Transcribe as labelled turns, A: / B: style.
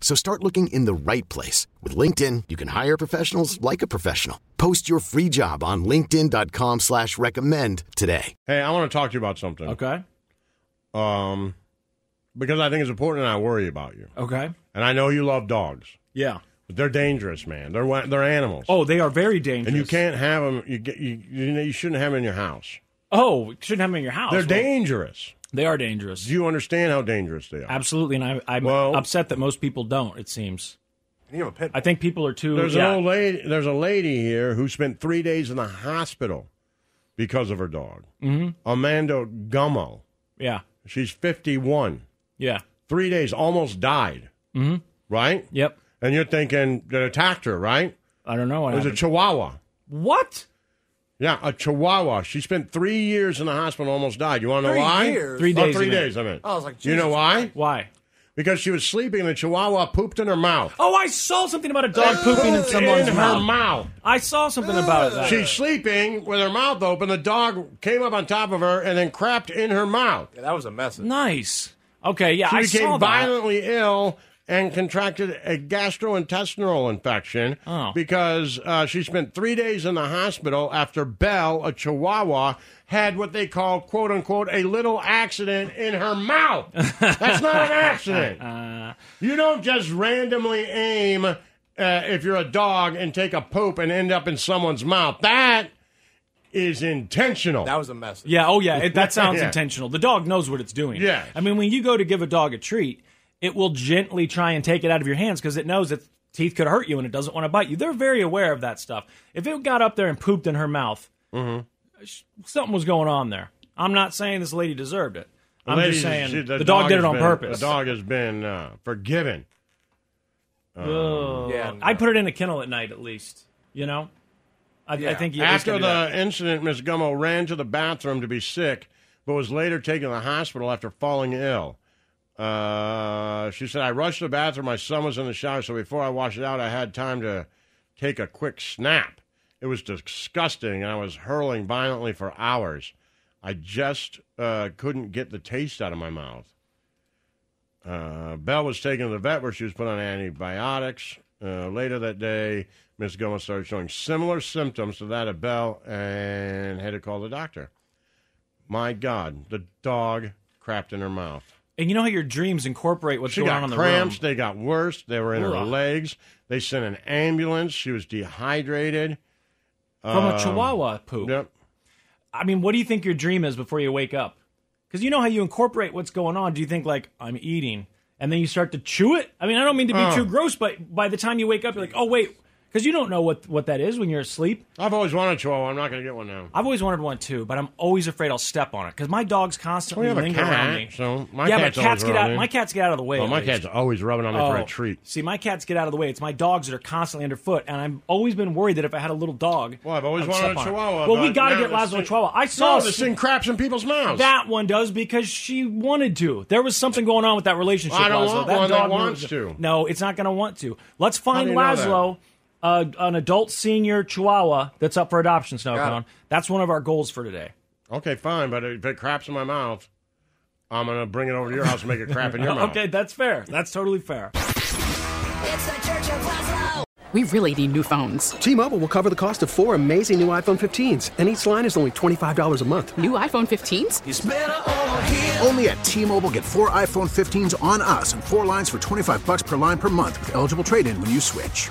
A: So start looking in the right place. With LinkedIn, you can hire professionals like a professional. Post your free job on linkedin.com slash recommend today.
B: Hey, I want to talk to you about something.
C: Okay.
B: Um, because I think it's important, and I worry about you.
C: Okay.
B: And I know you love dogs.
C: Yeah.
B: But they're dangerous, man. They're wa- they're animals,
C: Oh, they are very dangerous.
B: and you can't have them. You get you you, know, you shouldn't have them in your house.
C: Oh, you shouldn't have them in your house.
B: They're
C: Well,
B: dangerous.
C: They are dangerous.
B: Do you understand how dangerous they are?
C: Absolutely, and I, I'm
B: Well-
C: upset that most people don't. It seems.
B: You have a pet.
C: I think people are too.
B: There's
C: yeah.
B: an old lady. There's a lady here who spent three days in the hospital because of her dog, mm-hmm. Amanda Gummo.
C: yeah,
B: She's 51.
C: yeah,
B: Three days, almost died. Mm-hmm. Right?
C: yep.
B: And you're thinking they attacked her, right?
C: I don't know. What?
B: It was a
C: happened.
B: Chihuahua.
C: what?
B: Yeah, a Chihuahwa. She spent three years in the hospital, and almost died. You want to know
D: Three
B: why?
D: years?
C: Three
B: Oh,
C: days,
B: three
C: you mean.
B: days. I mean,
D: I was like,
B: you know
D: Jesus
B: why?
C: Why?
B: Because she was sleeping, and the Chihuahua pooped in her mouth.
C: Oh, I saw something about a dog pooping in someone's
B: in
C: mouth.
B: her mouth.
C: I saw something about it.
B: She's sleeping with her mouth open. The dog came up on top of her and then crapped in her mouth.
D: Yeah, that was a message.
C: nice. Okay, yeah,
B: She
C: I saw
B: became
C: that.
B: violently ill and contracted a gastrointestinal infection
C: Oh.
B: because uh, she spent three days in the hospital after Belle, a Chihuahua, had what they call "quote unquote" a little accident in her mouth. That's not an accident.
C: Uh-huh.
B: you don't just randomly aim uh, if you're a dog and take a poop and end up in someone's mouth. That is intentional.
D: That was a message.
C: Yeah. Oh, yeah. It, that sounds
B: Yeah.
C: intentional. The dog knows what it's doing.
B: Yeah.
C: I mean, when you go to give a dog a treat, it will gently try and take it out of your hands because it knows its teeth could hurt you and it doesn't want to bite you. They're very aware of that stuff. If it got up there and pooped in her mouth,
B: Mm-hmm.
C: sh- something was going on there. I'm not saying this lady deserved it. I'm
B: Ladies,
C: just saying
B: she-
C: the, dog, did
B: has
C: it on
B: been-
C: purpose.
B: The dog has been uh, forgiven.
C: Ugh.
D: Yeah, no.
C: I'd put it in a kennel at night at least. You know, I, I
D: Yeah.
C: think you at least
B: After
C: gotta
B: the
C: do that.
B: incident, Miss Gummo ran to the bathroom to be sick, but was later taken to the hospital after falling ill. Uh, she said, I rushed to the bathroom. My son was in the shower, so before I washed it out, I had time to take a quick snap. It was disgusting, and I was hurling violently for hours. I just uh, couldn't get the taste out of my mouth. Uh, Bell was taken to the vet where she was put on antibiotics. Uh, later that day, Miss Gomez started showing similar symptoms to that of Bell and had to call the doctor. My God, the dog crapped in her mouth.
C: and you know how your dreams incorporate what's
B: She
C: going
B: got
C: on in the
B: cramps.
C: room.
B: They got worse. They were in her
C: Ugh.
B: legs. They sent an ambulance. She was dehydrated.
C: From a
B: Um,
C: chihuahua poop.
B: Yep.
C: I mean, what do you think your dream is before you wake up? Because you know how you incorporate what's going on. Do you think like I'm eating, and then you start to chew it? I mean, I don't mean to be
B: Oh.
C: too gross, but by the time you wake up, you're like, oh wait, because you don't know what what that is when you're asleep.
B: I've always wanted a chihuahua. I'm not going to get one now.
C: I've always wanted one too, but I'm always afraid I'll step on it because my dogs
B: We
C: constantly
B: have a
C: linger on me.
B: cat, so my
C: yeah,
B: cat's
C: but
B: always
C: cats get
B: rubbing
C: out.
B: in.
C: My Oh. cats get out of the way.
B: Oh,
C: at
B: my
C: least.
B: cat's always rubbing on me for a treat.
C: See, my cats get out of the way. It's my dogs that are constantly underfoot, and I've always been worried that if I had a little dog,
B: Well, I've always
C: I'd
B: wanted
C: step
B: a
C: on it.
B: Chihuahua.
C: Oh, Well, we
B: but
C: got to
B: now
C: get
B: this
C: Lazo a
B: thing-
C: Chihuahua. I saw
B: No, this thing craps in people's mouths.
C: That one does because she wanted to. There was something going on with that relationship.
B: I don't
C: Laszlo.
B: want
C: that
B: one that
C: dog knew it
B: wants
C: was-
B: to.
C: No, it's not going to want to. Let's
B: do
C: find
B: you know that?
C: Laszlo, uh, an adult senior Chihuahua that's up for adoption. Snow
D: Got it.
C: cone. That's one of our goals for today.
B: Okay, fine, but if it craps in my mouth, I'm gonna bring it over to your house and make it crap in your mouth.
C: Okay, that's fair. That's totally fair.
E: It's the Church of Laszlo.
F: We really need new phones.
G: T-Mobile will cover the cost of four amazing new iPhone 15s, and each line is only $25 a month.
F: New iPhone 15s?
H: Only at T-Mobile, get four iPhone 15s on us and four lines for 25 bucks per line per month with eligible trade-in when you switch.